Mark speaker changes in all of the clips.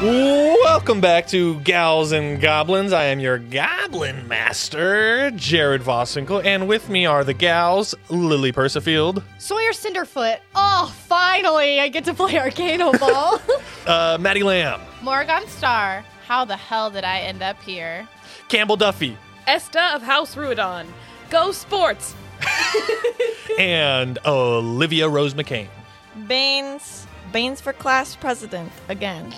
Speaker 1: Welcome back to Gals and Goblins. I am your Goblin Master, Jared Vosinkel, and with me are the gals, Lily Persifield,
Speaker 2: Sawyer Cinderfoot. Oh, finally, I get to play Arcano Ball.
Speaker 1: uh, Maddie Lamb,
Speaker 3: Morgan Star. How the hell did I end up here?
Speaker 1: Campbell Duffy,
Speaker 4: Esta of House Ruidon. Go sports!
Speaker 1: and Olivia Rose McCain.
Speaker 5: Baines. Baines for class president again.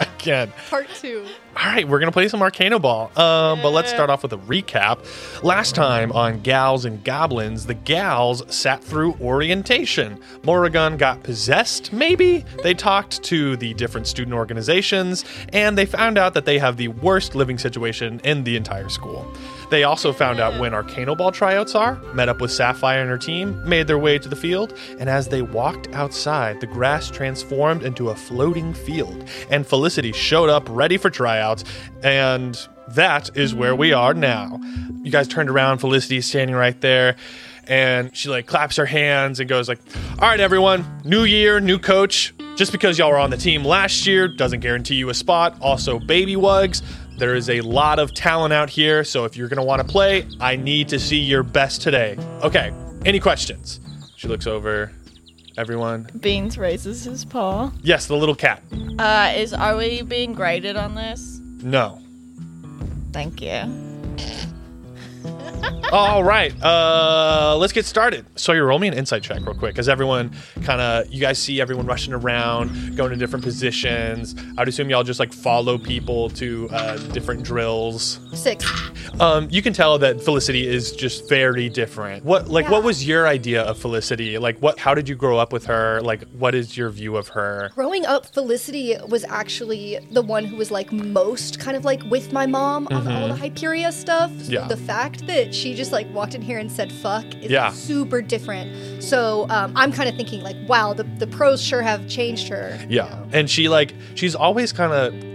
Speaker 1: Again,
Speaker 2: Part two.
Speaker 1: All right, we're gonna play some Arcano Ball. Um, but let's start off with a recap. Last time on Gals and Goblins, the gals sat through orientation. Morrigan got possessed, maybe? They talked to the different student organizations, and they found out that they have the worst living situation in the entire school. They also found out when Arcano Ball tryouts are, met up with Sapphire and her team, made their way to the field, and as they walked outside, the grass transformed into a floating field, and Felicity showed up ready for tryouts, and that is where we are now. You guys turned around, Felicity's standing right there, and she like claps her hands and goes like, "All right, everyone, new year, new coach. Just because y'all were on the team last year doesn't guarantee you a spot. Also, baby wugs." There is a lot of talent out here, so if you're going to want to play, I need to see your best today. Okay, any questions? She looks over everyone.
Speaker 5: Baines raises his paw.
Speaker 1: Yes, the little cat.
Speaker 5: Uh, is are we being graded on this?
Speaker 1: No.
Speaker 5: Thank you.
Speaker 1: All right, uh, let's get started. So you roll me an insight check real quick, as everyone kind of, you guys see everyone rushing around, going to different positions. I'd assume y'all just like follow people to uh, different drills.
Speaker 2: Six.
Speaker 1: Um, you can tell that Felicity is just very different. What like what
Speaker 2: Yeah.
Speaker 1: was your idea of Felicity? Like what how did you grow up with her? Like what is your view of her?
Speaker 2: Growing up, Felicity was actually the one who was like most kind of like with my mom on all the Hyperia stuff.
Speaker 1: Mm-hmm. Yeah.
Speaker 2: The fact that she just like walked in here and said fuck is
Speaker 1: Yeah.
Speaker 2: super different. So um, I'm kind of thinking like, wow, the, the pros sure have changed her.
Speaker 1: Yeah. And she like she's always kind of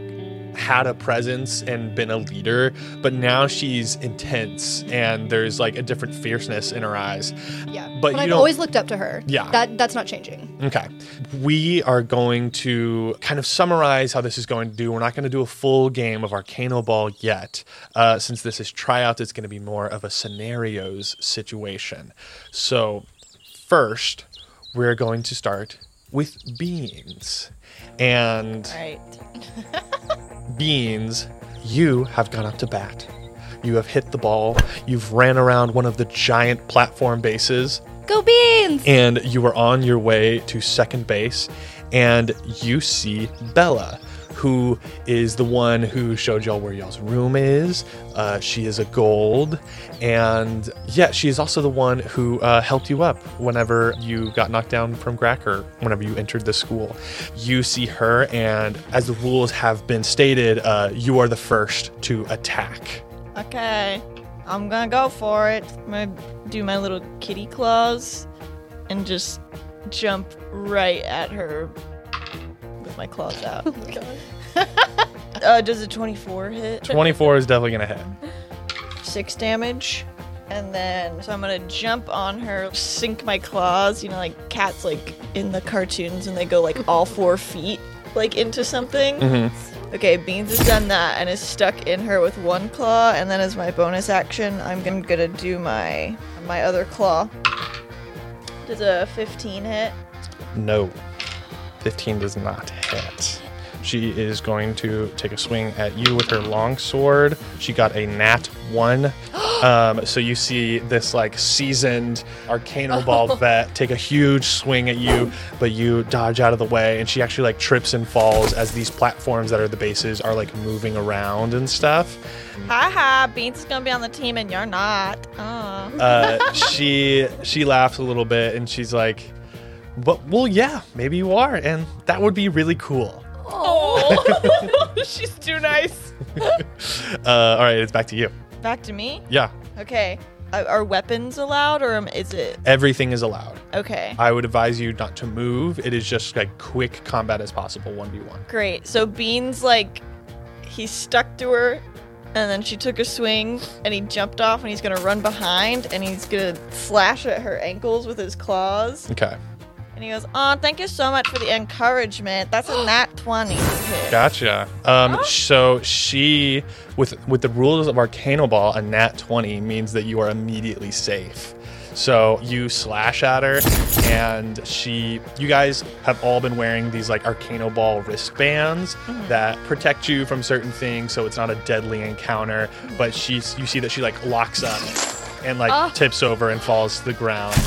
Speaker 1: had a presence and been a leader, but now she's intense and there's like a different fierceness in her eyes.
Speaker 2: Yeah.
Speaker 1: But you
Speaker 2: I've
Speaker 1: don't-
Speaker 2: always looked up to her.
Speaker 1: Yeah.
Speaker 2: That that's not changing.
Speaker 1: Okay. We are going to kind of summarize how this is going to do. We're not going to do a full game of Arcano Ball yet. Uh, since this is tryouts, it's going to be more of a scenarios situation. So, first, we're going to start with beans. And
Speaker 5: Right.
Speaker 1: beans, you have gone up to bat. You have hit the ball. You've ran around one of the giant platform bases
Speaker 2: Go beans!
Speaker 1: and you are on your way to second base, and you see Bella, who is the one who showed y'all where y'all's room is. Uh, she is a gold, and yeah, she is also the one who uh, helped you up whenever you got knocked down from Gracker, whenever you entered the school. You see her, and as the rules have been stated, uh, you are the first to attack.
Speaker 5: Okay. I'm gonna go for it. I'm gonna do my little kitty claws and just jump right at her with Oh my claws out. uh, does a 24 hit?
Speaker 1: 24 is definitely gonna hit.
Speaker 5: six damage. And then, so I'm gonna jump on her, sink my claws, you know, like cats, like in the cartoons, and they go like all four feet, like into something. Okay, Beans has done that and is stuck in her with one claw. And then, as my bonus action, I'm gon- gonna do my my other claw. Does a 15 hit?
Speaker 1: No. 15 does not hit. She is going to take a swing at you with her long sword. She got a nat one. Um, so you see this like seasoned arcano ball vet take a huge swing at you, but you dodge out of the way, and she actually like trips and falls as these platforms that are the bases are like moving around and stuff.
Speaker 5: Ha ha! Beans is gonna be on the team, and you're not. Uh.
Speaker 1: Uh, she she laughs a little bit and she's like, "But well, yeah, maybe you are, and that would be really cool."
Speaker 4: Oh, she's too nice.
Speaker 1: Uh, all right, it's back to you.
Speaker 5: Back to me.
Speaker 1: Yeah,
Speaker 5: Okay. Are are weapons allowed, or am- is it
Speaker 1: everything is allowed.
Speaker 5: okay?
Speaker 1: I would advise you not to move. It is just like quick combat as possible, one v one.
Speaker 5: Great. So Beans like he stuck to her and then she took a swing and he jumped off and he's gonna run behind and he's gonna slash at her ankles with his claws
Speaker 1: Okay.
Speaker 5: And he goes, "Oh, thank you so much for the encouragement. That's a nat twenty." hit."
Speaker 1: Gotcha. Um, So she, with with the rules of Arcano Ball, a nat twenty means that you are immediately safe. So you slash at her, and she. You guys have all been wearing these like Arcano Ball wristbands that protect you from certain things, so it's not a deadly encounter. But she's. You see that she like locks up, and like tips over and falls to the ground.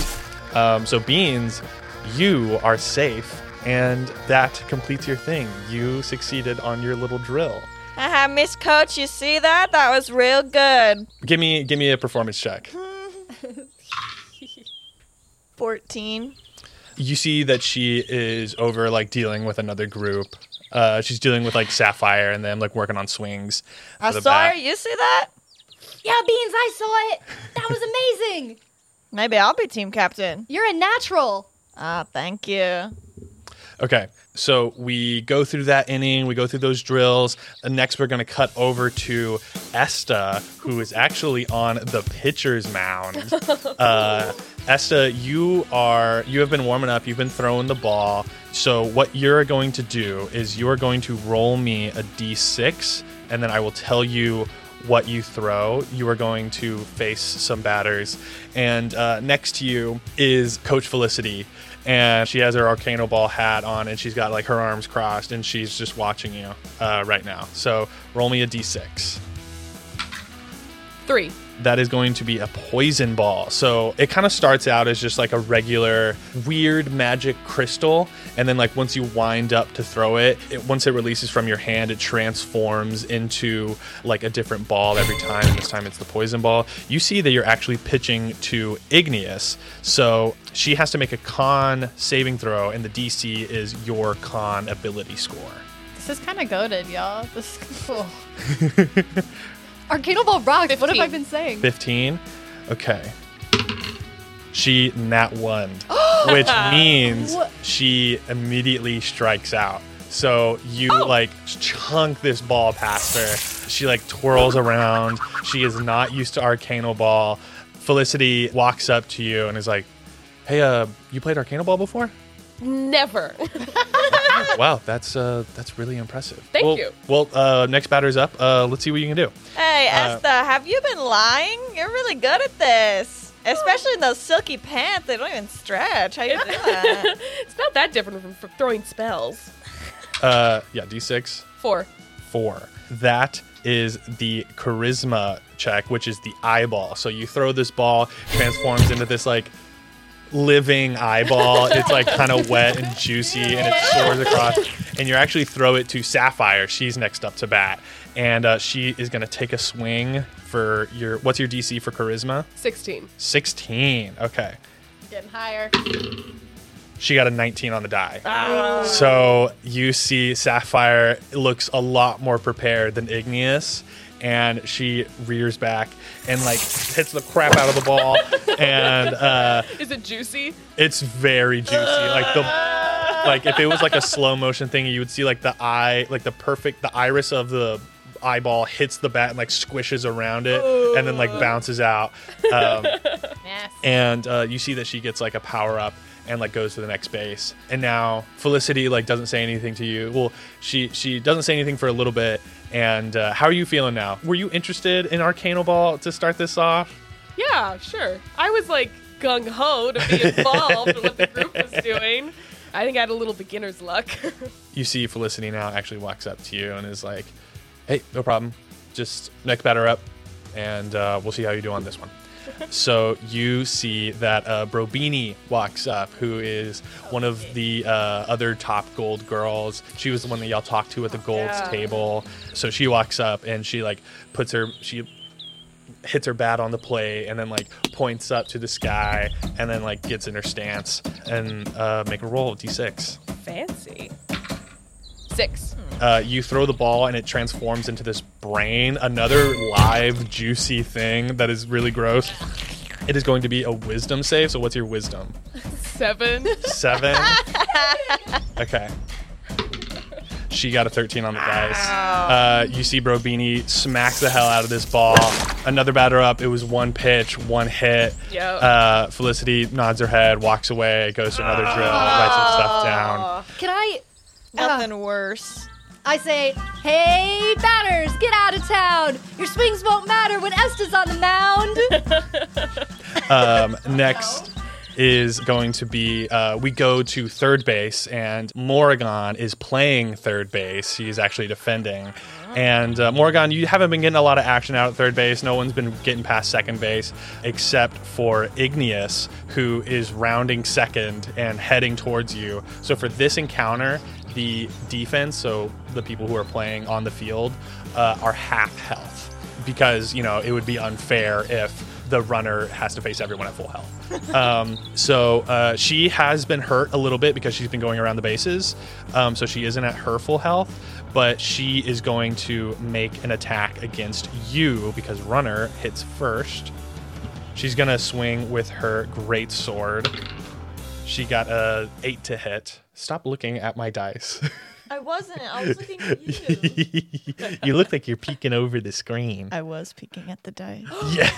Speaker 1: Um, so beans, you are safe, and that completes your thing. You succeeded on your little drill.
Speaker 5: Haha, Miss Coach, you see that? That was real good.
Speaker 1: Give me, give me a performance check.
Speaker 5: 14.
Speaker 1: You see that she is over like dealing with another group. Uh, she's dealing with like Sapphire and them like working on swings.
Speaker 5: I
Speaker 1: for the
Speaker 5: saw her.
Speaker 1: bat.
Speaker 5: You see that?
Speaker 2: Yeah, Beans, I saw it. That was amazing.
Speaker 5: Maybe I'll be team captain.
Speaker 2: You're a natural.
Speaker 5: Ah, thank you.
Speaker 1: Okay, so we go through that inning, we go through those drills. And next, we're going to cut over to Esta, who is actually on the pitcher's mound. Uh, Esta, you are you have been warming up. You've been throwing the ball. So what you're going to do is you are going to roll me a d6, and then I will tell you what you throw. You are going to face some batters, and uh, next to you is Coach Felicity, and she has her Arcano Ball hat on, and she's got like her arms crossed, and she's just watching you uh, right now. So roll me a d6
Speaker 4: Three.
Speaker 1: that is going to be a poison ball. So it kind of starts out as just like a regular weird magic crystal. And then, like, once you wind up to throw it, it once it releases from your hand, it transforms into like a different ball every time. And this time it's the poison ball. You see that you're actually pitching to Igneous. So she has to make a con saving throw, and the DC is your con ability score.
Speaker 3: This is kind of goaded, y'all. This is cool.
Speaker 2: Arcano Ball rocks. What have I
Speaker 3: 15.
Speaker 2: been saying?
Speaker 1: 15. Okay. She nat one, which means she immediately strikes out. So you
Speaker 4: Oh.
Speaker 1: like chunk this ball past her. She like twirls around. She is not used to Arcano Ball. Felicity walks up to you and is like, "Hey, uh, you played Arcano Ball before?
Speaker 4: Never.
Speaker 1: wow, that's uh, that's really impressive.
Speaker 4: Thank
Speaker 1: Well-
Speaker 4: you.
Speaker 1: Well, uh, next batter's up. Uh, let's see what you can do.
Speaker 5: Hey, Esther, have you been lying? You're really good at this. Especially in those silky pants. They don't even stretch. How you do that?
Speaker 4: it's not that different from, from throwing spells.
Speaker 1: Uh, yeah, d6.
Speaker 4: Four.
Speaker 1: four. That is the charisma check, which is the eyeball. So you throw this ball, transforms into this like living eyeball. It's like kind of wet and juicy, and it soars across. And you actually throw it to Sapphire. She's next up to bat, and uh, she is going to take a swing for your. What's your DC for charisma?
Speaker 4: Sixteen.
Speaker 1: Sixteen. Okay.
Speaker 3: Getting higher.
Speaker 1: She got a 19 on the die.
Speaker 3: Ah.
Speaker 1: So you see Sapphire looks a lot more prepared than Igneous. And she rears back and like hits the crap out of the ball, and uh,
Speaker 4: Is it juicy?
Speaker 1: it's very juicy. Like the like if it was like a slow motion thing, you would see like the eye, like the perfect, the iris of the eyeball hits the bat and like squishes around it, and then like bounces out. Um,
Speaker 3: Nasty.
Speaker 1: and uh, you see that she gets like a power up and like goes to the next base and now felicity like doesn't say anything to you well she she doesn't say anything for a little bit and uh, how are you feeling now were you interested in arcano ball to start this off
Speaker 4: Yeah, sure. I was like gung ho to be involved in what the group was doing. I think I had a little beginner's luck.
Speaker 1: you see felicity now actually walks up to you and is like hey no problem just next batter up and uh, we'll see how you do on this one so you see that uh, Brobini walks up, who is one of the uh, other top gold girls. She was the one that y'all talked to at the gold's
Speaker 4: Yeah.
Speaker 1: table. So she walks up and she like puts her she hits her bat on the play and then like points up to the sky and then like gets in her stance and uh, make a roll of d6.
Speaker 4: Fancy. Six.
Speaker 1: Uh, you throw the ball and it transforms into this brain, another live, juicy thing that is really gross. It is going to be a wisdom save. So, what's your wisdom?
Speaker 4: Seven.
Speaker 1: Seven. Okay. She got a 13 on the dice. Uh, you see Brobini smack the hell out of this ball. Another batter up. It was one pitch, one hit.
Speaker 4: Yep.
Speaker 1: Uh, Felicity nods her head, walks away, goes to another drill, writes some stuff down.
Speaker 2: Can I? Uh,
Speaker 5: Oh, Nothing worse.
Speaker 2: I say, hey, batters, get out of town. Your swings won't matter when Esta's on the mound.
Speaker 1: Um, next is going to be uh, we go to third base, and Morrigan is playing third base. He is actually defending. And uh, Morrigan, you haven't been getting a lot of action out at third base. No one's been getting past second base, except for Igneous, who is rounding second and heading towards you. So for this encounter, the defense, so the people who are playing on the field, uh, are half health because you know it would be unfair if the runner has to face everyone at full health. Um, so uh, she has been hurt a little bit because she's been going around the bases, um, so she isn't at her full health. But she is going to make an attack against you because runner hits first. She's gonna swing with her great sword. She got a eight to hit. Stop looking at my dice.
Speaker 5: I wasn't. I was looking at you.
Speaker 1: you look like you're peeking over the screen.
Speaker 5: I was peeking at the dice.
Speaker 1: Yeah.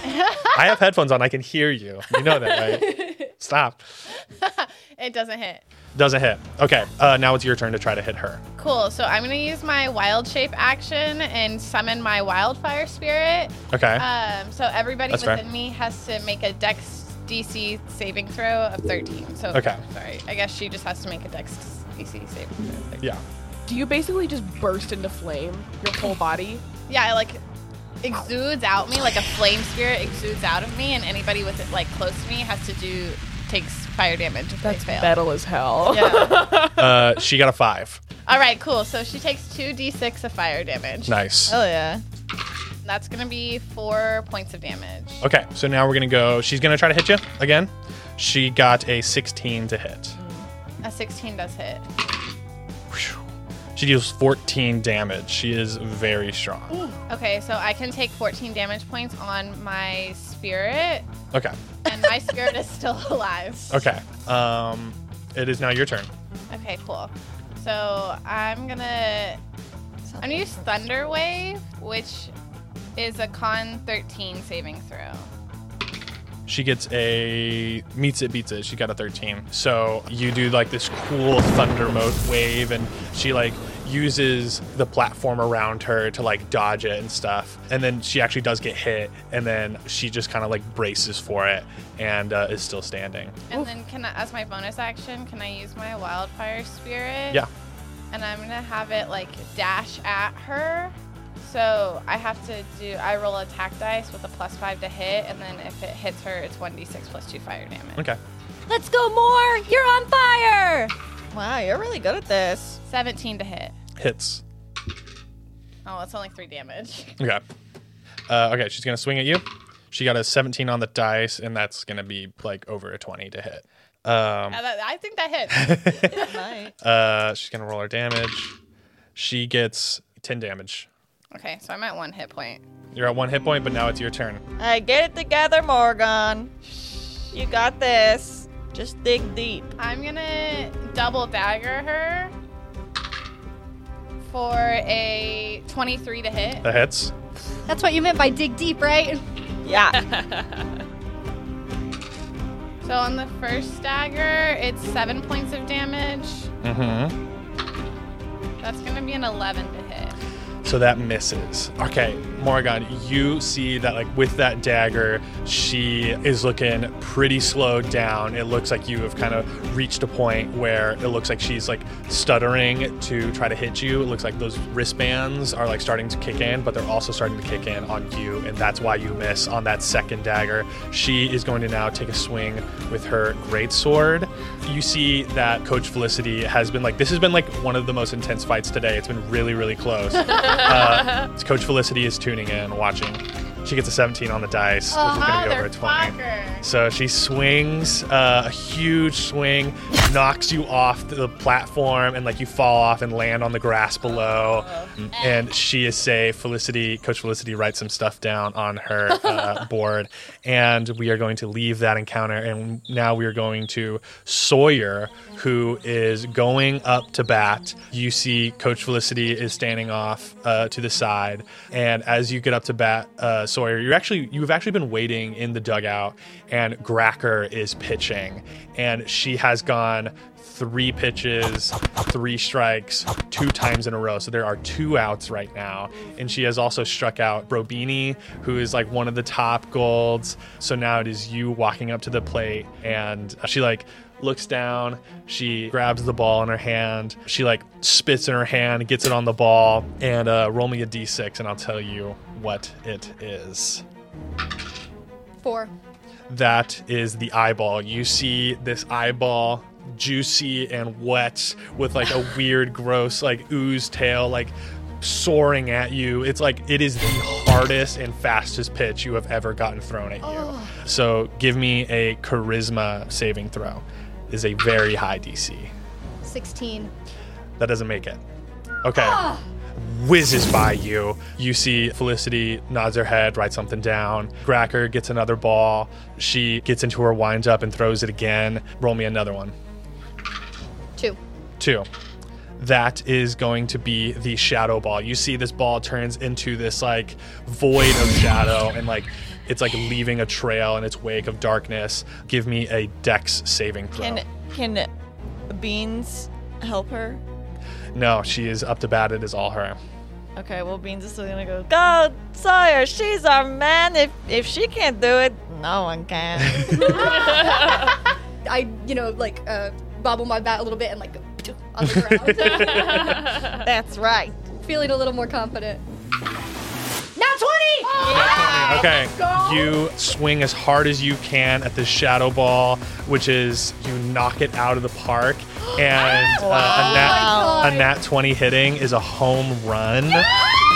Speaker 1: I have headphones on. I can hear you. You know that, right? Stop.
Speaker 3: It doesn't hit.
Speaker 1: Doesn't hit. Okay. Uh, now it's your turn to try to hit her.
Speaker 3: Cool. So I'm gonna use my wild shape action and summon my wildfire spirit.
Speaker 1: Okay.
Speaker 3: Um, so everybody
Speaker 1: That's fair.
Speaker 3: within me has to make a dex DC saving throw of 13. So
Speaker 1: Okay.
Speaker 3: Sorry. I guess she just has to make a dex DC saving throw. of 13.
Speaker 1: yeah.
Speaker 4: Do you basically just burst into flame your whole body?
Speaker 3: Yeah, it like exudes out me like a flame spirit exudes out of me, and anybody with it like close to me has to do takes fire damage if
Speaker 4: That's
Speaker 3: they fail.
Speaker 4: metal as hell.
Speaker 3: Yeah.
Speaker 1: Uh, she got a five.
Speaker 3: All right, cool. So she takes two d6 of fire damage.
Speaker 1: Nice.
Speaker 5: Oh yeah.
Speaker 3: That's gonna be four points of damage.
Speaker 1: Okay. So now we're going to go. She's going to try to hit you again. She got a 16 to hit.
Speaker 3: A 16 does hit.
Speaker 1: Whew. She deals 14 damage. She is very strong.
Speaker 3: Okay, so I can take 14 damage points on my spirit,
Speaker 1: Okay.
Speaker 3: and my spirit is still alive.
Speaker 1: Okay. Um, it is now your turn.
Speaker 3: Okay, cool. So I'm gonna I'm gonna use Thunder Wave, which is a con 13 saving throw.
Speaker 1: She gets a meets it beats it. She got a 13. So you do like this cool thunder moat wave, and she like uses the platform around her to like dodge it and stuff. And then she actually does get hit, and then she just kind of like braces for it and uh, is still standing.
Speaker 3: And then can I, as my bonus action, can I use my Wildfire Spirit?
Speaker 1: Yeah.
Speaker 3: And I'm gonna have it like dash at her. So I have to do I roll attack dice with a plus five to hit, and then if it hits her, it's 1d6 plus two fire damage.
Speaker 1: Okay.
Speaker 2: Let's go, more. You're on fire.
Speaker 5: Wow, you're really good at this.
Speaker 3: 17 to hit.
Speaker 1: Hits.
Speaker 3: Oh, it's only three damage.
Speaker 1: Okay. Uh, okay. She's gonna swing at you. She got a 17 on the dice, and that's gonna be like over a 20 to hit. Um,
Speaker 3: Yeah, that- I think that hits.
Speaker 5: Might.
Speaker 1: Uh, she's gonna roll her damage. She gets ten damage.
Speaker 3: okay, so I'm at one hit point.
Speaker 1: You're at one hit point, but now it's your turn.
Speaker 5: I get it together, Morgan. You got this. Just dig deep.
Speaker 3: I'm gonna double dagger her for a 23 to hit.
Speaker 1: The hits.
Speaker 2: That's what you meant by dig deep, right?
Speaker 5: Yeah.
Speaker 3: So on the first dagger, it's seven points of damage.
Speaker 1: Mm-hmm.
Speaker 3: That's gonna be an 11 to hit.
Speaker 1: So that misses. Okay, Morrigan, you see that like with that dagger, she is looking pretty slowed down. It looks like you have kind of reached a point where it looks like she's like stuttering to try to hit you. It looks like those wristbands are like starting to kick in, but they're also starting to kick in on you, and that's why you miss on that second dagger. She is going to now take a swing with her great sword. You see that Coach Felicity has been like this has been like one of the most intense fights today. It's been really, really close. Uh, Coach Felicity is tuning in, watching. She gets a 17 on the dice,
Speaker 3: Uh-huh,
Speaker 1: which is going to be over a 20.
Speaker 3: fucker.
Speaker 1: So she swings uh, a huge swing, knocks you off the platform and like you fall off and land on the grass below. And she is safe. Felicity, Coach Felicity writes some stuff down on her uh, board. And we are going to leave that encounter. And now we are going to Sawyer, who is going up to bat. You see Coach Felicity is standing off uh, to the side. And as you get up to bat, uh, Sawyer, you're actually, you've actually been waiting in the dugout. And Gracker is pitching. And she has gone three pitches, three strikes, two times in a row. So there are two outs right now. And she has also struck out Robini, who is like one of the top golds. So now it is you walking up to the plate and she like looks down, she grabs the ball in her hand, she like spits in her hand, gets it on the ball, and uh, roll me a d6 and I'll tell you what it is
Speaker 2: Four.
Speaker 1: that is the eyeball. You see this eyeball juicy and wet with like a weird gross like ooze tail like soaring at you. It's like it is the hardest and fastest pitch you have ever gotten thrown at you. So give me a charisma saving throw. Is a very high DC.
Speaker 2: 16.
Speaker 1: That doesn't make it. Okay. Whizzes by you. You see Felicity nods her head, writes something down. Gracker gets another ball. She gets into her winds up and throws it again. Roll me another one.
Speaker 2: Two.
Speaker 1: Two. That is going to be the shadow ball. You see this ball turns into this like void of shadow and like it's like leaving a trail in its wake of darkness. Give me a dex saving throw.
Speaker 5: Can can Beans help her?
Speaker 1: no, she is up to bat. It is all her.
Speaker 5: Okay, well Beans is still gonna go. Go Sawyer, she's our man. If if she can't do it, no one can.
Speaker 2: I, you know, like uh, bobble my bat a little bit and like go on the
Speaker 5: That's right.
Speaker 2: ground. Feeling a little more confident. Oh!
Speaker 1: Okay, you swing as hard as you can at the shadow ball, which is you knock it out of the park, and uh, a,
Speaker 5: Wow.
Speaker 1: nat, a nat 20 hitting is a home run.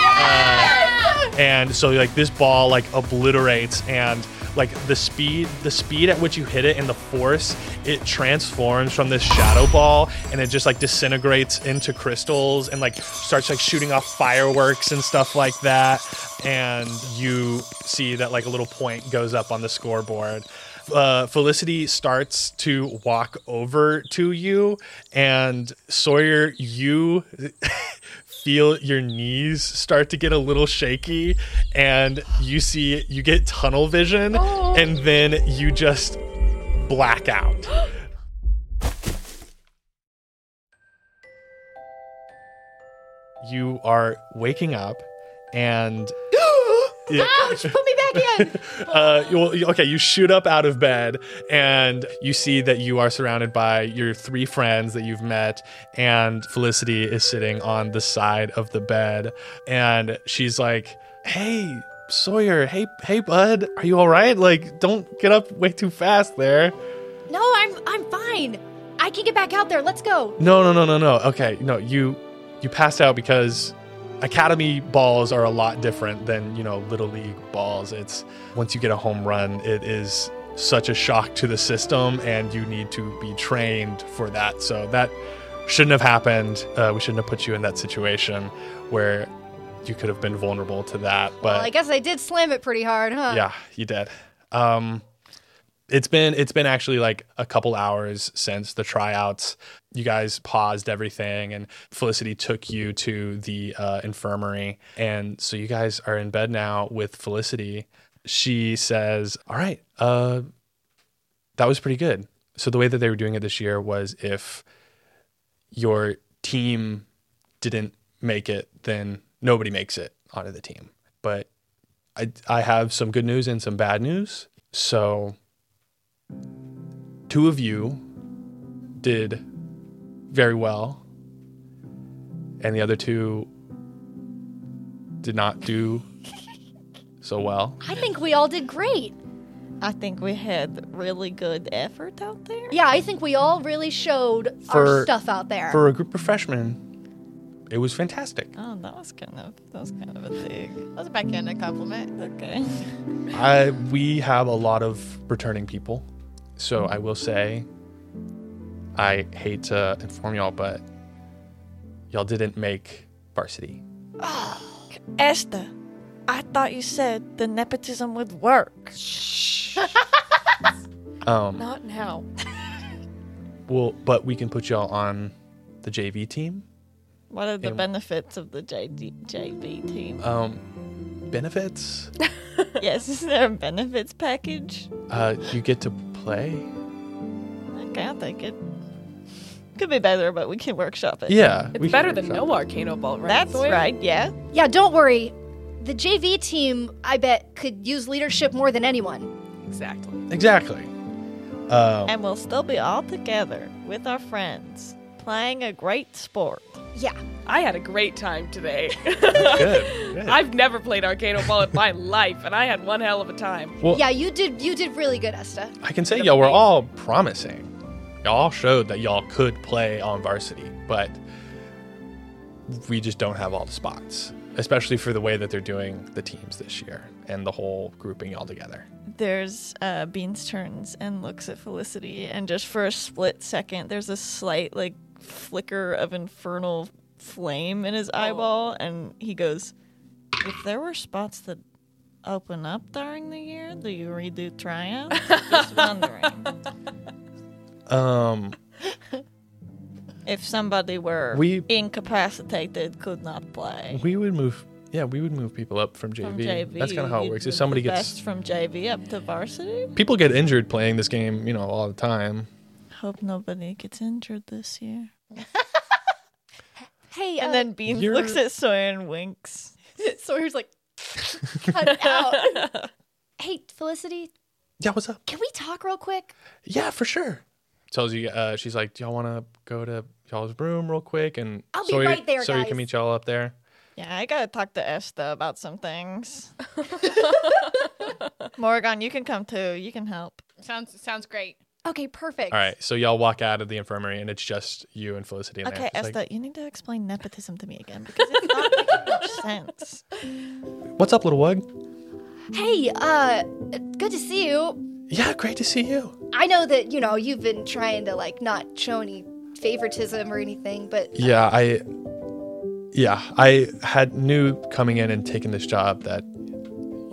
Speaker 1: Uh, and so like this ball like obliterates and like the speed the speed at which you hit it and the force it transforms from this shadow ball and it just like disintegrates into crystals and like starts like shooting off fireworks and stuff like that and you see that like a little point goes up on the scoreboard uh, Felicity starts to walk over to you, and Sawyer, you feel your knees start to get a little shaky, and you see you get tunnel vision, and then you just black out. you are waking up, and.
Speaker 2: Ouch! Put me back in.
Speaker 1: Uh, you- well, you- okay, you shoot up out of bed and you see that you are surrounded by your three friends that you've met, and Felicity is sitting on the side of the bed, and she's like, "Hey, Sawyer, hey, hey, bud, are you all right? Like, don't get up way too fast there."
Speaker 2: No, I'm I'm fine. I can get back out there. Let's go.
Speaker 1: No, no, no, no, no. Okay, no, you you passed out because academy balls are a lot different than you know little league balls. It's once you get a home run, it is such a shock to the system, and you need to be trained for that. So that shouldn't have happened. Uh, we shouldn't have put you in that situation where you could have been vulnerable to that. But
Speaker 2: Well, I guess I did slam it pretty hard, huh?
Speaker 1: yeah, you did. Um, it's been it's been actually like a couple hours since the tryouts. You guys paused everything, and Felicity took you to the uh, infirmary, and so you guys are in bed now with Felicity. She says, "All right, uh, that was pretty good." So the way that they were doing it this year was if your team didn't make it, then nobody makes it onto the team. But I, I have some good news and some bad news. So, two of you did very well, and the other two did not do so well.
Speaker 2: I think we all did great.
Speaker 5: I think we had really good effort out there.
Speaker 2: Yeah, I think we all really showed
Speaker 1: For-
Speaker 2: our stuff out there.
Speaker 1: For a group of freshmen, it was fantastic.
Speaker 5: Oh, that was kind of that was kind of a thing.
Speaker 3: That was a backhanded compliment.
Speaker 5: Okay.
Speaker 1: I, we have a lot of returning people. So, I will say I hate to inform y'all, but y'all didn't make varsity.
Speaker 5: Esther, I thought you said the nepotism would work.
Speaker 1: Um,
Speaker 4: Not now.
Speaker 1: well, but we can put y'all on the JV team.
Speaker 5: What are the
Speaker 1: Yeah.
Speaker 5: benefits of the JD, JV team?
Speaker 1: Um, benefits?
Speaker 5: yes, is there a benefits package?
Speaker 1: Uh, you get to play.
Speaker 5: Okay, I'll take it. Could be better, but we can workshop it.
Speaker 1: Yeah,
Speaker 4: It's
Speaker 1: we can
Speaker 4: better
Speaker 1: work
Speaker 4: than
Speaker 1: something.
Speaker 4: no Arcano Ball, right?
Speaker 5: That's
Speaker 4: Zoya?
Speaker 5: right, yeah.
Speaker 2: Yeah, don't worry. The JV team, I bet, could use leadership more than anyone.
Speaker 4: Exactly.
Speaker 1: Exactly. Um,
Speaker 5: And we'll still be all together with our friends, playing a great sport.
Speaker 2: Yeah.
Speaker 4: I had a great time today.
Speaker 1: good. good.
Speaker 4: I've never played Arcano Ball in my life, and I had one hell of a time.
Speaker 1: Well-
Speaker 2: yeah, you did you did really good, Esta.
Speaker 1: I can say y'all were all promising. Y'all showed that y'all could play on varsity, but we just don't have all the spots, especially for the way that they're doing the teams this year and the whole grouping all together.
Speaker 5: There's uh, Beans turns and looks at Felicity, and just for a split second, there's a slight like flicker of infernal flame in his eyeball, and he goes, "If there were spots that open up during the year, do you redo tryouts?" just wondering
Speaker 1: Um,
Speaker 5: if somebody were
Speaker 1: We-
Speaker 5: incapacitated, could not play.
Speaker 1: we would move. Yeah, we would move people up from JV.
Speaker 5: From JV,
Speaker 1: That's kind of how it
Speaker 5: you'd
Speaker 1: works. If
Speaker 5: move
Speaker 1: somebody
Speaker 5: the
Speaker 1: gets
Speaker 5: best from JV up to varsity,
Speaker 1: people get injured playing this game, you know, all the time.
Speaker 5: hope nobody gets injured this year.
Speaker 2: Hey,
Speaker 5: And
Speaker 2: uh,
Speaker 5: then Beans
Speaker 1: You're-
Speaker 5: looks at Sawyer and winks.
Speaker 2: Sawyer's like cut out. hey, Felicity,
Speaker 1: Yeah, what's up?
Speaker 2: can we talk real quick?
Speaker 1: Yeah, for sure. Tells you, uh, she's like, "Do y'all want to go to y'all's room real quick?" And
Speaker 2: I'll be
Speaker 1: Sawyer-
Speaker 2: right there,
Speaker 1: Sawyer
Speaker 2: guys.
Speaker 1: can meet y'all up there.
Speaker 5: Yeah, I gotta talk to Esther about some things. Morgan, you can come too. You can help.
Speaker 3: Sounds sounds great.
Speaker 2: Okay, perfect.
Speaker 1: All right, so y'all walk out of the infirmary, and it's just you and Felicity in there.
Speaker 5: Okay,
Speaker 1: It's
Speaker 5: Esther,
Speaker 1: like,
Speaker 5: you need to explain nepotism to me again because it's not making much sense.
Speaker 1: What's up, little wug?
Speaker 2: Hey, uh good to see you.
Speaker 1: Yeah, great to see you.
Speaker 2: I know that, you know, you've been trying to like not show any favoritism or anything, but
Speaker 1: Yeah, I. Yeah, I had knew coming in and taking this job that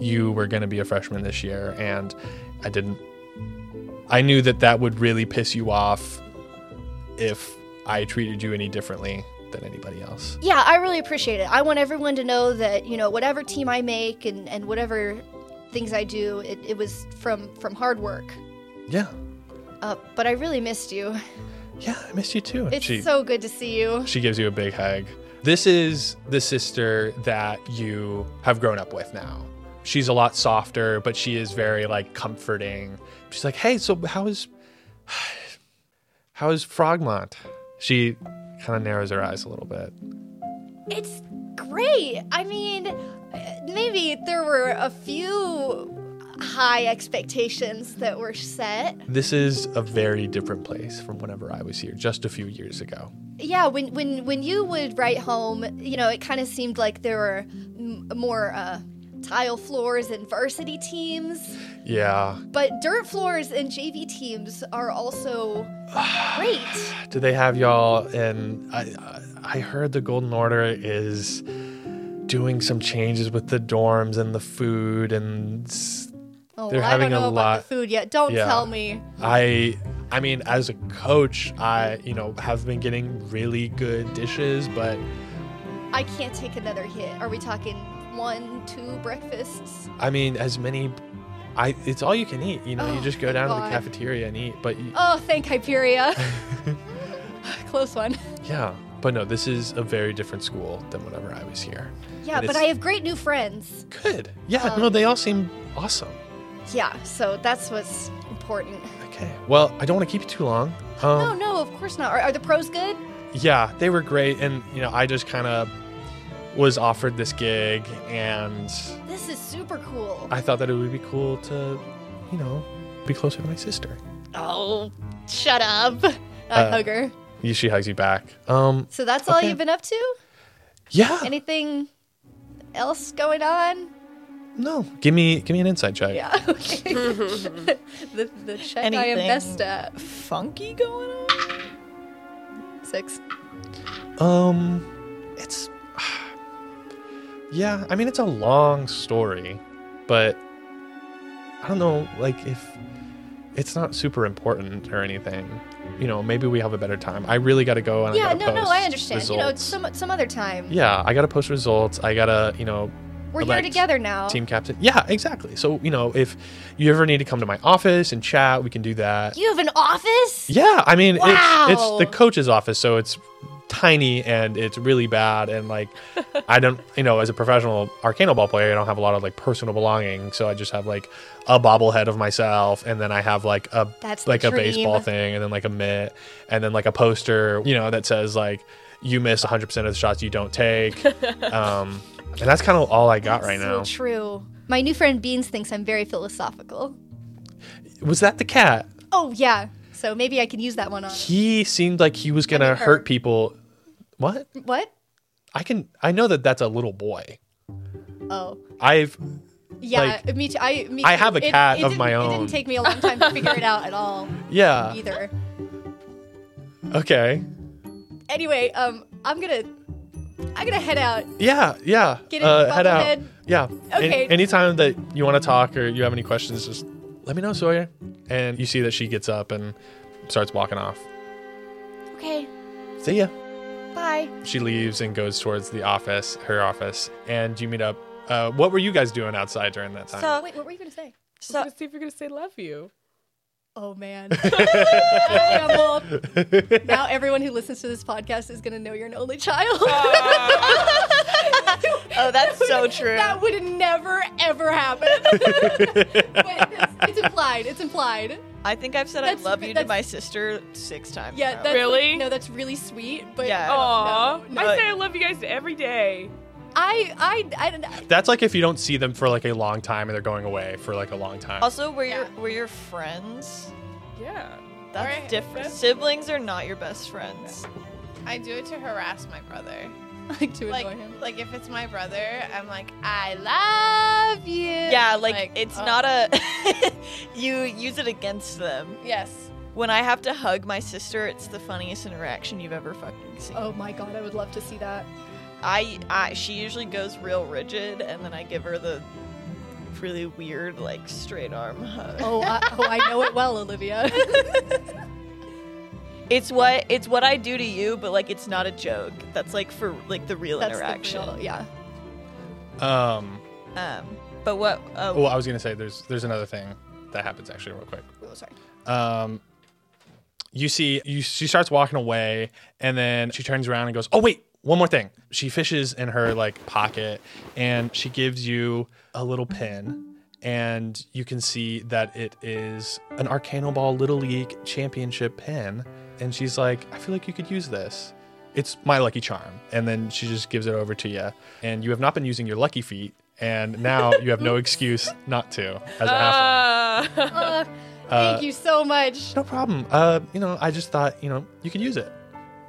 Speaker 1: you were going to be a freshman this year, and I didn't. I knew that that would really piss you off if I treated you any differently than anybody else.
Speaker 2: yeah, I really appreciate it. I want everyone to know that, you know, whatever team I make and, and whatever things I do, it, it was from from hard work.
Speaker 1: Yeah,
Speaker 2: Uh, but I really missed you.
Speaker 1: yeah, I missed you too. And
Speaker 2: It's
Speaker 1: she-
Speaker 2: so good to see you.
Speaker 1: She gives you a big hug. This is the sister that you have grown up with now. She's a lot softer, but she is very like comforting. She's like, "Hey, so how is how is Frogmont?" She kind of narrows her eyes a little bit.
Speaker 2: It's great. I mean, uh, maybe there were a few high expectations that were set.
Speaker 1: This is a very different place from whenever I was here just a few years ago.
Speaker 2: Yeah, when when when you would write home, you know, it kind of seemed like there were m- more uh, tile floors and varsity teams,
Speaker 1: Yeah.
Speaker 2: but dirt floors and JV teams are also great.
Speaker 1: Do they have y'all? And I, I- I heard the Golden Order is doing some changes with the dorms and the food and s-
Speaker 2: Oh,
Speaker 1: They're
Speaker 2: well, I
Speaker 1: having
Speaker 2: don't
Speaker 1: a
Speaker 2: know
Speaker 1: lot-
Speaker 2: about the food yet. Don't
Speaker 1: Yeah.
Speaker 2: tell me.
Speaker 1: I I mean as a coach I you know have been getting really good dishes but
Speaker 2: I can't take another hit. Are we talking one, two breakfasts?
Speaker 1: I mean as many I it's all you can eat you know you
Speaker 2: Oh,
Speaker 1: just go
Speaker 2: thank
Speaker 1: down to the
Speaker 2: God.
Speaker 1: cafeteria and eat but you,
Speaker 2: Oh, thank Hyperia. Close one.
Speaker 1: yeah but no this is a very different school than whenever I was here
Speaker 2: Yeah,
Speaker 1: And
Speaker 2: but
Speaker 1: it's-
Speaker 2: I have great new friends.
Speaker 1: good yeah
Speaker 2: Um,
Speaker 1: no they all seem awesome
Speaker 2: Yeah, so that's what's important.
Speaker 1: okay well I don't want to keep you too long um
Speaker 2: No, no, of course not. Are, are the pros good?
Speaker 1: yeah, they were great. And, you know, I just kind of was offered this gig and
Speaker 2: This is super cool.
Speaker 1: I thought that it would be cool to, you know, be closer to my sister.
Speaker 2: Oh, shut up. I
Speaker 1: Uh,
Speaker 2: hug her.
Speaker 1: You- She hugs you back. Um,
Speaker 2: So that's all
Speaker 1: okay.
Speaker 2: you've been up to?
Speaker 1: yeah.
Speaker 2: Anything else going on?
Speaker 1: no, give me give me an insight check.
Speaker 2: Yeah, okay. the, the check I am
Speaker 5: Anything
Speaker 2: best at.
Speaker 5: Funky going on?
Speaker 2: Six.
Speaker 1: Um, it's. Yeah, I mean, it's a long story, but I don't know, like, if it's not super important or anything, you know, maybe we have a better time. I really got to go and
Speaker 2: yeah,
Speaker 1: I gotta
Speaker 2: no, no,
Speaker 1: post
Speaker 2: I understand. You know, it's
Speaker 1: results.
Speaker 2: some some other time.
Speaker 1: yeah, I got to post results. I got to, you know,
Speaker 2: We're here
Speaker 1: elect
Speaker 2: together now.
Speaker 1: team captain. Yeah, exactly. So, you know, if you ever need to come to my office and chat, we can do that.
Speaker 2: You have an office?
Speaker 1: Yeah, I mean, it's, it's
Speaker 2: Wow.
Speaker 1: the coach's office, so it's tiny and it's really bad. And like, I don't, you know, as a professional arcano ball player, I don't have a lot of like personal belongings, so I just have like a bobblehead of myself, and then I have like a
Speaker 2: That's the
Speaker 1: like a
Speaker 2: dream.
Speaker 1: baseball thing, and then like a mitt, and then like a poster, you know, that says like you miss 100 percent of the shots you don't take. um, and that's kind of all I got right
Speaker 2: so
Speaker 1: now.
Speaker 2: True. My new friend Beans thinks I'm very philosophical.
Speaker 1: Was that the cat?
Speaker 2: Oh yeah. So maybe I can use that one on.
Speaker 1: He seemed like he was gonna
Speaker 2: mean, her.
Speaker 1: hurt people. What?
Speaker 2: What?
Speaker 1: I can I know that that's a little boy.
Speaker 2: Oh.
Speaker 1: I've
Speaker 2: Yeah,
Speaker 1: Like,
Speaker 2: me too. I me
Speaker 1: I
Speaker 2: too.
Speaker 1: have a
Speaker 2: It-
Speaker 1: cat
Speaker 2: it
Speaker 1: of
Speaker 2: didn't-
Speaker 1: my
Speaker 2: It
Speaker 1: own.
Speaker 2: didn't take me a long time to figure it out at all
Speaker 1: yeah.
Speaker 2: either.
Speaker 1: Okay.
Speaker 2: Anyway, um, I'm gonna I'm gonna head out.
Speaker 1: Yeah, yeah.
Speaker 2: Get in
Speaker 1: uh, head out.
Speaker 2: bobblehead.
Speaker 1: Yeah.
Speaker 2: Okay.
Speaker 1: anytime that you want to talk or you have any questions, just let me know, Sawyer. And you see that she gets up and starts walking off.
Speaker 2: Okay.
Speaker 1: See ya.
Speaker 2: Bye.
Speaker 1: She leaves and goes towards the office, her office, and you meet up. Uh, what were you guys doing outside during that time?
Speaker 5: So,
Speaker 2: Wait, what were you gonna say?
Speaker 4: I'm
Speaker 5: so
Speaker 4: gonna see if you're gonna say love you.
Speaker 2: Oh man. Terrible. now everyone who listens to this podcast is gonna know you're an only child.
Speaker 5: oh, that's so true.
Speaker 2: That would never ever happen. but it's, it's implied. It's implied.
Speaker 5: I think I've said I
Speaker 2: That's-
Speaker 5: love you to
Speaker 2: that's-
Speaker 5: my sister six times.
Speaker 2: Yeah.
Speaker 5: now.
Speaker 2: That's,
Speaker 4: Really?
Speaker 2: No, that's really sweet. But
Speaker 5: Yeah.
Speaker 4: Aw,
Speaker 2: no,
Speaker 4: I say I love you guys every day.
Speaker 2: I I I don't.
Speaker 1: That's like if you don't see them for like a long time and they're going away for like a long time.
Speaker 5: also, we're your
Speaker 2: Yeah.
Speaker 5: we're your friends.
Speaker 4: Yeah.
Speaker 5: That's
Speaker 3: Right.
Speaker 5: different. Siblings are not your best friends.
Speaker 3: I do it to harass my brother.
Speaker 2: like to annoy
Speaker 3: Like,
Speaker 2: him.
Speaker 3: like if it's my brother, I'm like, I love you.
Speaker 5: Yeah, like, it's
Speaker 3: oh.
Speaker 2: uh,
Speaker 5: not a. you use it against them.
Speaker 3: Yes.
Speaker 5: When I have to hug my sister, it's the funniest interaction you've ever fucking seen.
Speaker 2: Oh my god, I would love to see that.
Speaker 5: I, I she usually goes real rigid, and then I give her the really weird like straight arm hug.
Speaker 2: Oh, I, oh, I know it well, Olivia.
Speaker 5: It's what it's what I do to you, but like it's not a joke. That's like for like the real
Speaker 2: That's the
Speaker 5: interaction.
Speaker 2: real- yeah.
Speaker 1: um,
Speaker 5: Um, but what? Uh,
Speaker 1: Oh, I was gonna say there's there's another thing that happens actually real quick.
Speaker 2: Oh, sorry.
Speaker 1: Um, you see, you she starts walking away, and then she turns around and goes, "Oh wait, one more thing." She fishes in her like pocket, and she gives you a little pin, and you can see that it is an Arcano Ball Little League Championship pin, and she's like, "I feel like you could use this." It's my lucky charm, and then she just gives it over to you, and you have not been using your lucky feet, and now you have no excuse not to as a halfling.
Speaker 4: Uh,
Speaker 2: Uh, thank you so much.
Speaker 1: No problem. Uh, you know, I just thought, you know, you could use it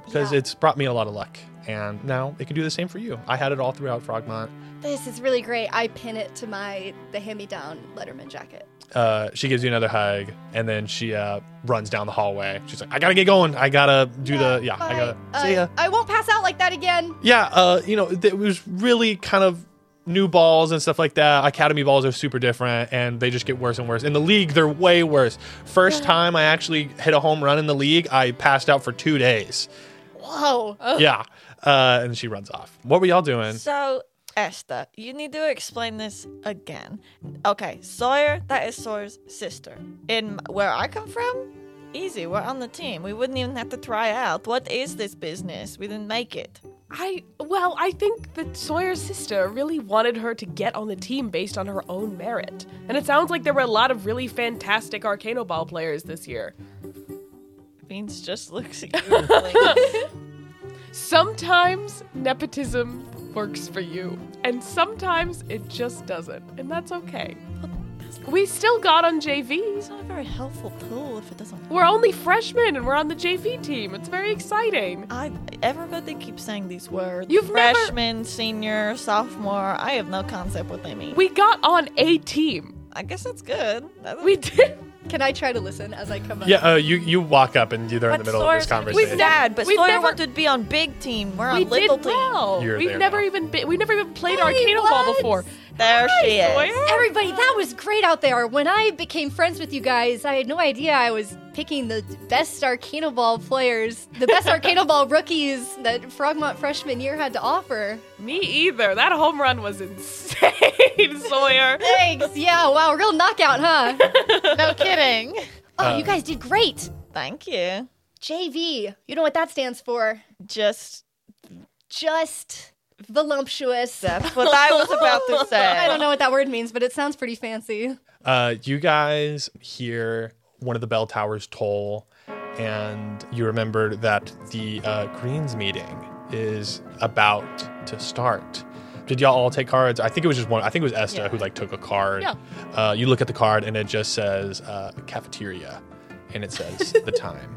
Speaker 1: because
Speaker 2: Yeah.
Speaker 1: it's brought me a lot of luck. And now it can do the same for you. I had it all throughout Frogmont.
Speaker 2: This is really great. I pin it to my the hand-me-down Letterman jacket.
Speaker 1: Uh, she gives you another hug and then she uh, runs down the hallway. She's like, I gotta get going. I gotta do the, yeah, I gotta,
Speaker 2: Bye.
Speaker 1: see ya.
Speaker 2: I, I won't pass out like that again.
Speaker 1: yeah, uh, you know, th- it was really kind of new balls and stuff like that. Academy balls are super different and they just get worse and worse. In the league, they're way worse. First time I actually hit a home run in the league, I passed out for two days.
Speaker 2: Whoa. Oh,
Speaker 1: Yeah. Uh, and she runs off. What were y'all doing?
Speaker 5: so Esther, you need to explain this again. Okay, Sawyer, that is Sawyer's sister. In where I come from, easy. We're on the team. We wouldn't even have to try out. What is this business? We didn't make it.
Speaker 4: I well, I think that Sawyer's sister really wanted her to get on the team based on her own merit, and it sounds like there were a lot of really fantastic Arcano Ball players this year.
Speaker 5: Beans just looks at you. like,
Speaker 4: Sometimes nepotism works for you, and sometimes it just doesn't, and that's okay. We still got on JV.
Speaker 5: it's not a very helpful tool if it doesn't.
Speaker 4: We're only freshmen and we're on the JV team. It's very exciting.
Speaker 5: I everybody keeps saying these words.
Speaker 4: You've never-
Speaker 5: freshman, senior, sophomore. I have no concept what they mean.
Speaker 4: We got on a team.
Speaker 5: I guess that's good. That-
Speaker 4: We did.
Speaker 2: Can I try to listen as I come up?
Speaker 1: Yeah, uh, you you walk up and you're there in the
Speaker 3: But
Speaker 1: middle of this
Speaker 3: Sora's-
Speaker 1: conversation.
Speaker 5: We've dad, but
Speaker 4: We've
Speaker 5: Sawyer
Speaker 4: never-
Speaker 5: wanted to be on big team. We're
Speaker 4: we
Speaker 5: on little
Speaker 4: did
Speaker 5: team.
Speaker 4: well.
Speaker 1: You're
Speaker 4: we've
Speaker 1: there
Speaker 4: never
Speaker 1: now.
Speaker 4: even been, we've never even played
Speaker 2: Hey,
Speaker 4: Arcano Ball
Speaker 2: what?
Speaker 4: before.
Speaker 5: There she is.
Speaker 4: Sawyer.
Speaker 2: Everybody, that was great out there. When I became friends with you guys, I had no idea I was picking the best Arcano Ball players, the best Arcano Ball rookies that Frogmont freshman year had to offer.
Speaker 4: Me either. That home run was insane, Sawyer.
Speaker 2: Thanks. Yeah, wow, real knockout, huh?
Speaker 3: No kidding.
Speaker 2: Oh,
Speaker 1: Uh,
Speaker 2: you guys did great.
Speaker 5: Thank you.
Speaker 2: JV. You know what that stands for?
Speaker 5: Just
Speaker 2: Just voluptuous.
Speaker 5: that's what I was about to say.
Speaker 2: I don't know what that word means, but it sounds pretty fancy.
Speaker 1: Uh, you guys hear one of the bell towers toll, and you remember that the uh, Greens meeting is about to start. Did y'all all take cards? I think it was just one. I think it was Esta who like took a card.
Speaker 4: Yeah.
Speaker 1: Uh, you look at the card and it just says uh, cafeteria, and it says the time.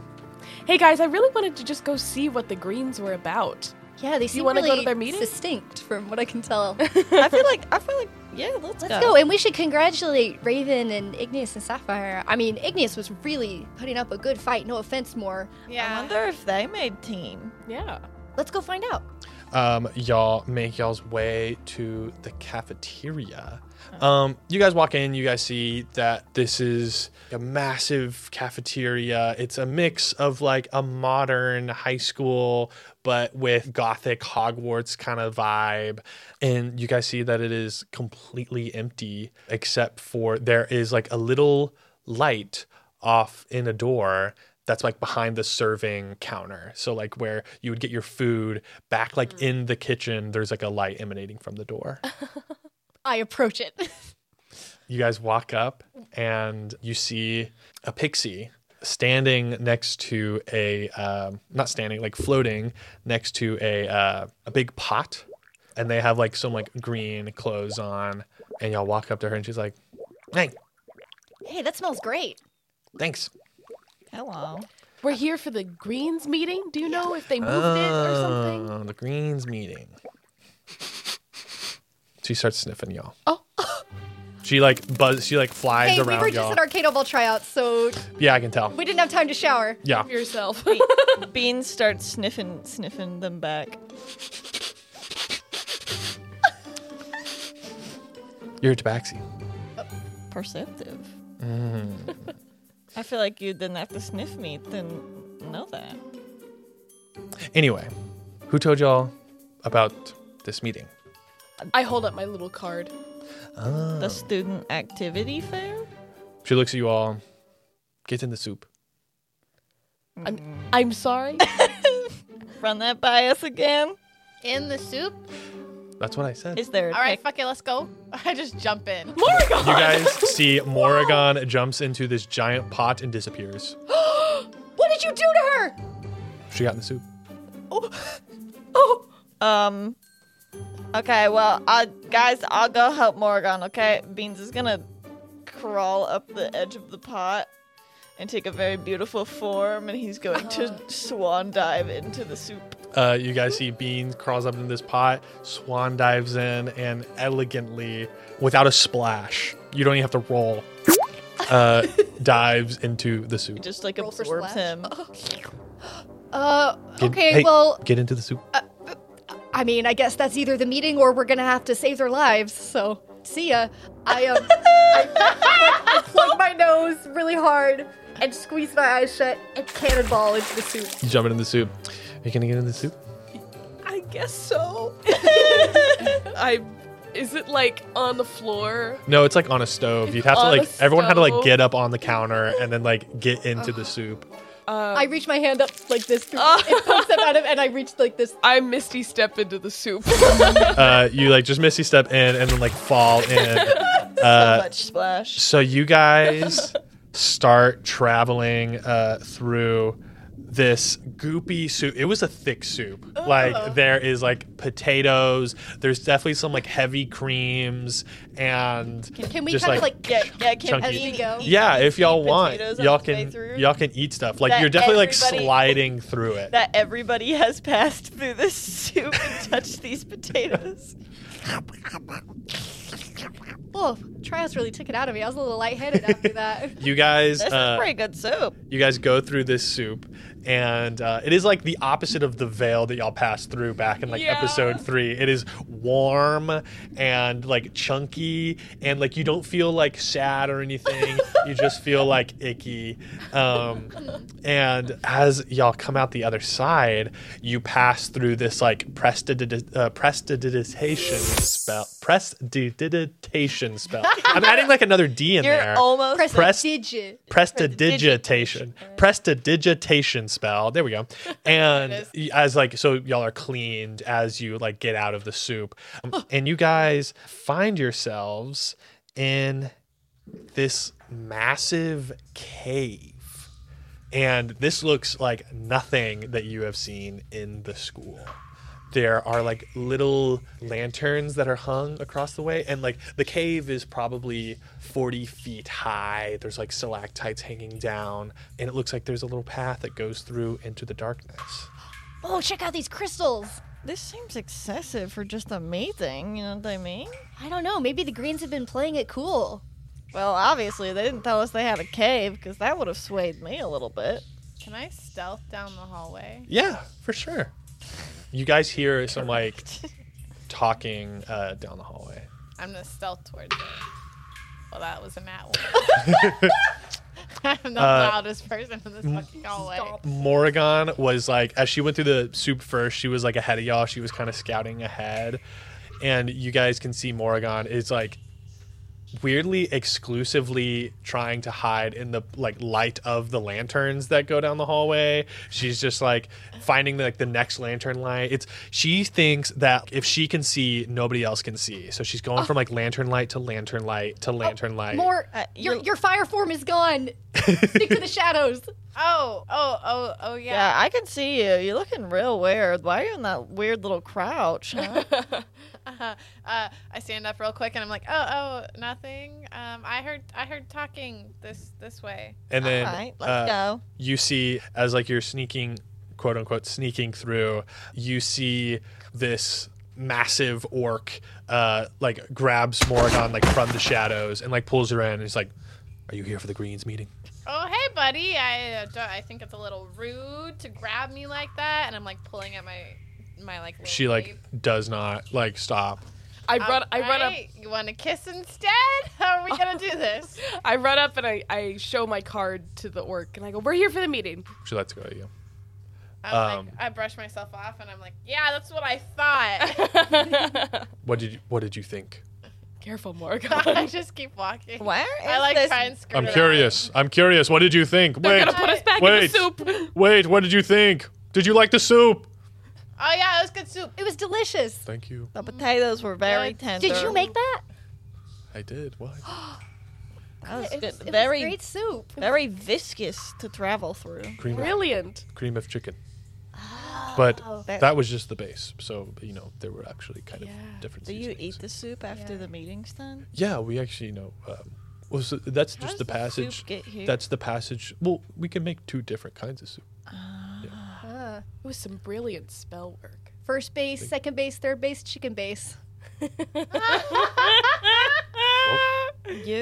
Speaker 4: Hey guys, I really wanted to just go see what the greens were about.
Speaker 2: Yeah, they seem
Speaker 4: wanna go
Speaker 2: really
Speaker 4: to their meeting?
Speaker 2: succinct from what I can tell.
Speaker 5: I feel like I feel like yeah. Let's,
Speaker 2: Let's go, and we should congratulate Raven and Igneous and Sapphire. I mean, Igneous was really putting up a good fight. No offense, more.
Speaker 5: I
Speaker 3: Yeah.
Speaker 5: wonder if they made team.
Speaker 4: Yeah.
Speaker 2: Let's go find out.
Speaker 1: um, y'all make y'all's way to the cafeteria. Um, you guys walk in, you guys see that this is a massive cafeteria. It's a mix of like a modern high school, but with gothic Hogwarts kind of vibe. And you guys see that it is completely empty, except for there is like a little light off in a door that's like behind the serving counter. So like where you would get your food back like in the kitchen, there's like a light emanating from the door.
Speaker 2: I approach it.
Speaker 1: you guys walk up and you see a pixie standing next to a um, not standing like floating next to a uh, a big pot and they have like some like green clothes on and y'all walk up to her and she's like hey
Speaker 2: hey, that smells great.
Speaker 1: thanks
Speaker 5: Hello.
Speaker 4: We're here for the greens meeting. Do you know if they moved it or something?
Speaker 1: Oh, the greens meeting she starts sniffing y'all
Speaker 4: Oh.
Speaker 1: she like buzz she like flies
Speaker 2: Hey, we
Speaker 1: around
Speaker 2: were
Speaker 1: y'all
Speaker 2: just at Arcado Ball tryouts, so
Speaker 1: yeah i can tell
Speaker 2: we didn't have time to shower.
Speaker 1: yeah
Speaker 4: Yourself.
Speaker 5: Bean starts sniffing sniffing them back.
Speaker 1: you're a tabaxi
Speaker 5: Perceptive. I feel like you didn't have to sniff me. Didn't know that.
Speaker 1: Anyway, who told y'all about this meeting?
Speaker 4: I hold up my little card.
Speaker 5: The student activity fair.
Speaker 1: She looks at you all. Get in the soup.
Speaker 4: I'm, I'm sorry.
Speaker 5: Run that by us again.
Speaker 3: In the soup?
Speaker 1: That's what I said.
Speaker 5: Is there? A
Speaker 3: All right,
Speaker 5: pic-
Speaker 3: fuck it, let's go. I just jump in.
Speaker 1: you guys see Morrigan jumps into this giant pot and disappears.
Speaker 2: What did you do to her?
Speaker 1: She got in the soup.
Speaker 5: Um. Okay. Well, I guys, I'll go help Morgan. Okay. Beans is gonna crawl up the edge of the pot and take a very beautiful form, and he's going
Speaker 2: Uh-huh.
Speaker 5: to swan dive into the soup.
Speaker 1: Uh, you guys see Beans crawls up into this pot, Swan dives in, and elegantly, without a splash, you don't even have to roll, uh, dives into the soup.
Speaker 5: He just like
Speaker 2: Roll for
Speaker 5: absorbs
Speaker 2: splash.
Speaker 5: him.
Speaker 2: Uh,
Speaker 1: Get-
Speaker 2: okay,
Speaker 1: hey,
Speaker 2: well,
Speaker 1: Get into the soup.
Speaker 4: uh,
Speaker 2: I mean, I guess that's either the meeting or we're gonna have to save their lives. So, see ya. I um, I, I plug my nose really hard and squeeze my eyes shut and cannonball into the soup.
Speaker 1: You jump into the soup. Are you going to get in the soup?
Speaker 4: I guess so. I. Is it like on the floor?
Speaker 1: No, it's like on a stove.
Speaker 4: It's
Speaker 1: You'd have to
Speaker 4: on
Speaker 1: like
Speaker 4: a
Speaker 1: everyone had to like
Speaker 4: stove.
Speaker 1: get up on the counter and then like get into the soup.
Speaker 2: I
Speaker 5: Um,
Speaker 2: reach my hand up like this. It pokes up out of, and I reach like this.
Speaker 4: I misty step into the soup.
Speaker 1: Uh, you like just missy step in and then like fall in. Uh,
Speaker 5: so much splash.
Speaker 1: So you guys start traveling uh, through this goopy soup. It was a thick soup.
Speaker 5: Oh.
Speaker 1: Like there is like potatoes. There's definitely some like heavy creams and
Speaker 2: Can we
Speaker 1: just
Speaker 2: kind
Speaker 1: like,
Speaker 2: of like?
Speaker 5: Yeah, yeah, can
Speaker 1: Chunky.
Speaker 2: As we
Speaker 5: eat-
Speaker 2: go.
Speaker 5: eat-
Speaker 1: yeah, if y'all
Speaker 5: eat
Speaker 1: want,
Speaker 5: potatoes on
Speaker 1: y'all
Speaker 5: the way
Speaker 1: can
Speaker 5: through?
Speaker 1: y'all can eat stuff. Like
Speaker 5: That
Speaker 1: you're definitely like
Speaker 5: everybody-
Speaker 1: sliding through it.
Speaker 5: That everybody has passed through this soup and touched these potatoes.
Speaker 2: Whoa, trials oh, really took it out of me. I was a little lightheaded after that.
Speaker 1: You guys,
Speaker 5: That's
Speaker 1: uh,
Speaker 5: pretty good soap.
Speaker 1: you guys go through this soup, and uh, it is like the opposite of the veil that y'all passed through back in like
Speaker 4: Yeah.
Speaker 1: episode three. It is warm and like chunky, and like you don't feel like sad or anything. you just feel like icky. Um, and as y'all come out the other side, you pass through this like prestidid- uh, prestidigitation spell. Prestidigitation spell. I'm adding like another D in
Speaker 5: You're
Speaker 1: there.
Speaker 5: almost
Speaker 2: Press,
Speaker 1: Press-
Speaker 2: digit.
Speaker 1: Prestidigitation. Prestidigitation spell. There we go. And y- as like so y'all are cleaned as you like get out of the soup. Um, And you guys find yourselves in this massive cave. And this looks like nothing that you have seen in the school. There are like little lanterns that are hung across the way, and like the cave is probably 40 feet high. There's like stalactites hanging down, and it looks like there's a little path that goes through into the darkness.
Speaker 2: Oh, check out these crystals.
Speaker 5: This seems excessive for just a May thing, you know what I mean?
Speaker 2: I don't know. Maybe the greens have been playing it cool.
Speaker 5: Well, obviously, they didn't tell us they had a cave because that would have swayed me a little bit.
Speaker 3: Can I stealth down the hallway?
Speaker 1: Yeah, for sure. You guys hear some like talking uh, down the hallway.
Speaker 3: I'm gonna stealth towards it. Well, that was a mat one. I'm the loudest person in this fucking hallway.
Speaker 1: Morrigan was like, as she went through the soup first, she was like ahead of y'all. She was kind of scouting ahead. And you guys can see Morrigan is like weirdly exclusively trying to hide in the like light of the lanterns that go down the hallway. She's just like finding like the next lantern light. It's she thinks that if she can see, nobody else can see. So she's going from like lantern light to lantern light to lantern light.
Speaker 2: More.
Speaker 5: Uh,
Speaker 2: your,
Speaker 5: you'll-
Speaker 2: your fire form is gone. Stick to the shadows.
Speaker 3: Oh, oh, oh, oh, yeah.
Speaker 5: Yeah, I can see you. You're looking real weird. Why are you in that weird little crouch? Huh?
Speaker 3: uh, I stand up real quick and I'm like, oh, oh, nothing. Um, I heard, I heard talking this this way.
Speaker 1: And then
Speaker 5: All right,
Speaker 1: uh,
Speaker 5: let's go.
Speaker 1: you see as like you're sneaking quote unquote sneaking through you see this massive orc uh like grabs Morrigan like from the shadows and like pulls her in and he's like are you here for the greens meeting
Speaker 3: Oh, hey, buddy. I uh, don't- I think it's a little rude to grab me like that, and I'm like pulling at my my like. little
Speaker 1: she like
Speaker 3: cape.
Speaker 1: does not like stop
Speaker 4: I run. I run up.
Speaker 3: Alright, You want to kiss instead? How are we gonna do this?
Speaker 4: I run up and I, I show my card to the orc and I go, "We're here for the meeting."
Speaker 1: she lets go of you
Speaker 3: I'm
Speaker 1: Um,
Speaker 3: like, I brush myself off and I'm like, yeah, that's what I thought.
Speaker 1: what did you what did you think
Speaker 4: Careful, Morgan.
Speaker 3: I just keep walking.
Speaker 5: Where is
Speaker 3: I like
Speaker 5: this?
Speaker 3: try and skirt
Speaker 1: i'm
Speaker 3: it out.
Speaker 1: curious i'm curious what did you think
Speaker 4: They're
Speaker 1: wait
Speaker 4: gonna put us back in the
Speaker 1: wait
Speaker 4: soup.
Speaker 1: wait what did you think did you like the soup
Speaker 3: Oh yeah, it was good soup.
Speaker 2: It was delicious.
Speaker 1: thank you
Speaker 5: the potatoes were very
Speaker 3: Did
Speaker 5: tender.
Speaker 2: Did you make that?
Speaker 1: i did what
Speaker 5: That was
Speaker 2: It
Speaker 5: good.
Speaker 2: was, it was
Speaker 5: very,
Speaker 2: great soup.
Speaker 5: very viscous to travel through.
Speaker 1: cream of-
Speaker 4: Brilliant.
Speaker 1: cream of chicken but
Speaker 5: That-
Speaker 1: that was just the base. So, you know, there were actually kind
Speaker 4: Yeah.
Speaker 1: of different
Speaker 5: Do you eat
Speaker 1: this?
Speaker 5: the soup after the meeting's done?
Speaker 1: Yeah, we actually, you know, um, well, so that's
Speaker 5: How
Speaker 1: just
Speaker 5: does
Speaker 1: the
Speaker 5: the soup
Speaker 1: passage.
Speaker 5: get here?
Speaker 1: That's the passage. Well, we can make two different kinds of soup.
Speaker 2: Uh,
Speaker 4: It was some brilliant spell work.
Speaker 2: first base, second base, third base, chicken base.
Speaker 5: You,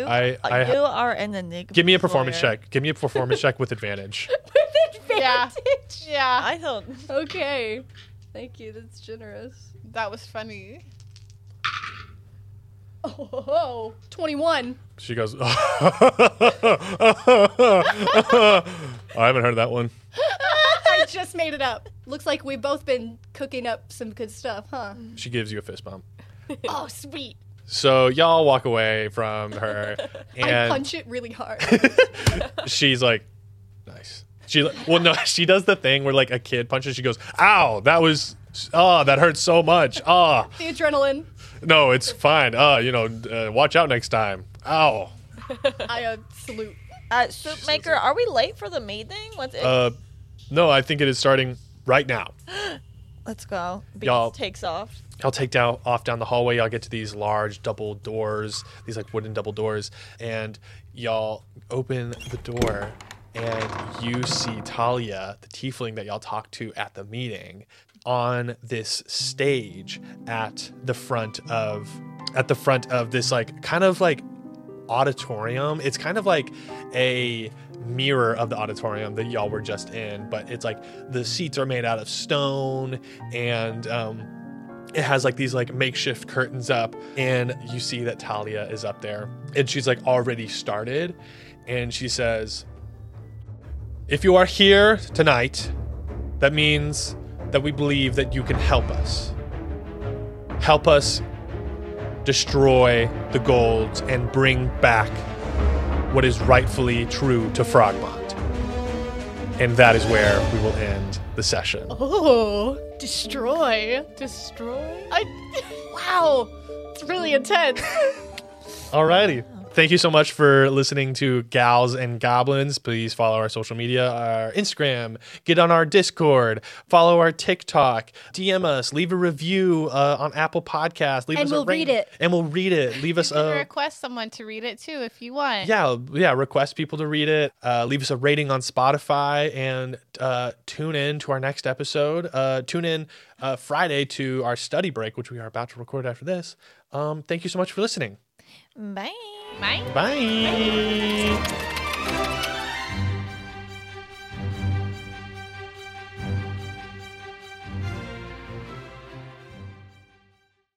Speaker 1: I-
Speaker 5: uh,
Speaker 1: I-
Speaker 5: you are an enigma.
Speaker 1: Give me a performance
Speaker 5: lawyer.
Speaker 1: check. Give me a performance check with advantage.
Speaker 3: Yeah. Yeah,
Speaker 5: I don't.
Speaker 2: Okay. Thank you. That's generous.
Speaker 3: that was funny.
Speaker 2: Oh, ho, ho. 21.
Speaker 1: She goes, I haven't heard that one.
Speaker 2: I just made it up. Looks like we've both been cooking up some good stuff, huh?
Speaker 1: She gives you a fist bump.
Speaker 2: Oh, sweet.
Speaker 1: So y'all walk away from her,
Speaker 2: I
Speaker 1: and
Speaker 2: punch it really hard.
Speaker 1: she's like, nice. She li- well, no, she does the thing where like a kid punches. She goes, ow, that was. Oh, that hurts so much. Ah,
Speaker 2: the adrenaline.
Speaker 1: no, it's fine. Uh, you know, uh, watch out next time. Ow.
Speaker 2: I uh, salute.
Speaker 5: Uh, soup maker, are we late for the meeting? What's it?
Speaker 1: Uh, no, I think it is starting right now.
Speaker 5: Let's go. Beans
Speaker 1: y'all-
Speaker 5: takes off.
Speaker 1: I'll take down off down the hallway. Y'all get to these large double doors, these like wooden double doors, and y'all open the door, and you see Talia, the tiefling that y'all talked to at the meeting, on this stage at the front of at the front of this like kind of like auditorium. It's kind of like a mirror of the auditorium that y'all were just in, but it's like the seats are made out of stone and um, it has like these like makeshift curtains up and you see that Talia is up there and she's like already started and she says if you are here tonight that means that we believe that you can help us help us destroy the golds and bring back what is rightfully true to Frogmont. And that is where we will end the session.
Speaker 2: Oh, destroy.
Speaker 4: Destroy.
Speaker 2: I, wow, it's really intense.
Speaker 1: Alrighty. Thank you so much for listening to Gals and Goblins. Please follow our social media, our Instagram, get on our Discord, follow our TikTok, DM us, leave a review uh, on Apple Podcast, leave
Speaker 2: And
Speaker 1: us a
Speaker 2: we'll
Speaker 1: rating-
Speaker 2: read it.
Speaker 1: and we'll read it. Leave us
Speaker 3: You can
Speaker 1: a
Speaker 3: request someone to read it too if you want.
Speaker 1: uh, yeah yeah request people to read it uh, leave us a rating on spotify and uh, tune in to our next episode uh, tune in uh, friday to our study break which we are about to record after this um, thank you so much for listening
Speaker 5: Bye.
Speaker 3: Mine?
Speaker 1: bye.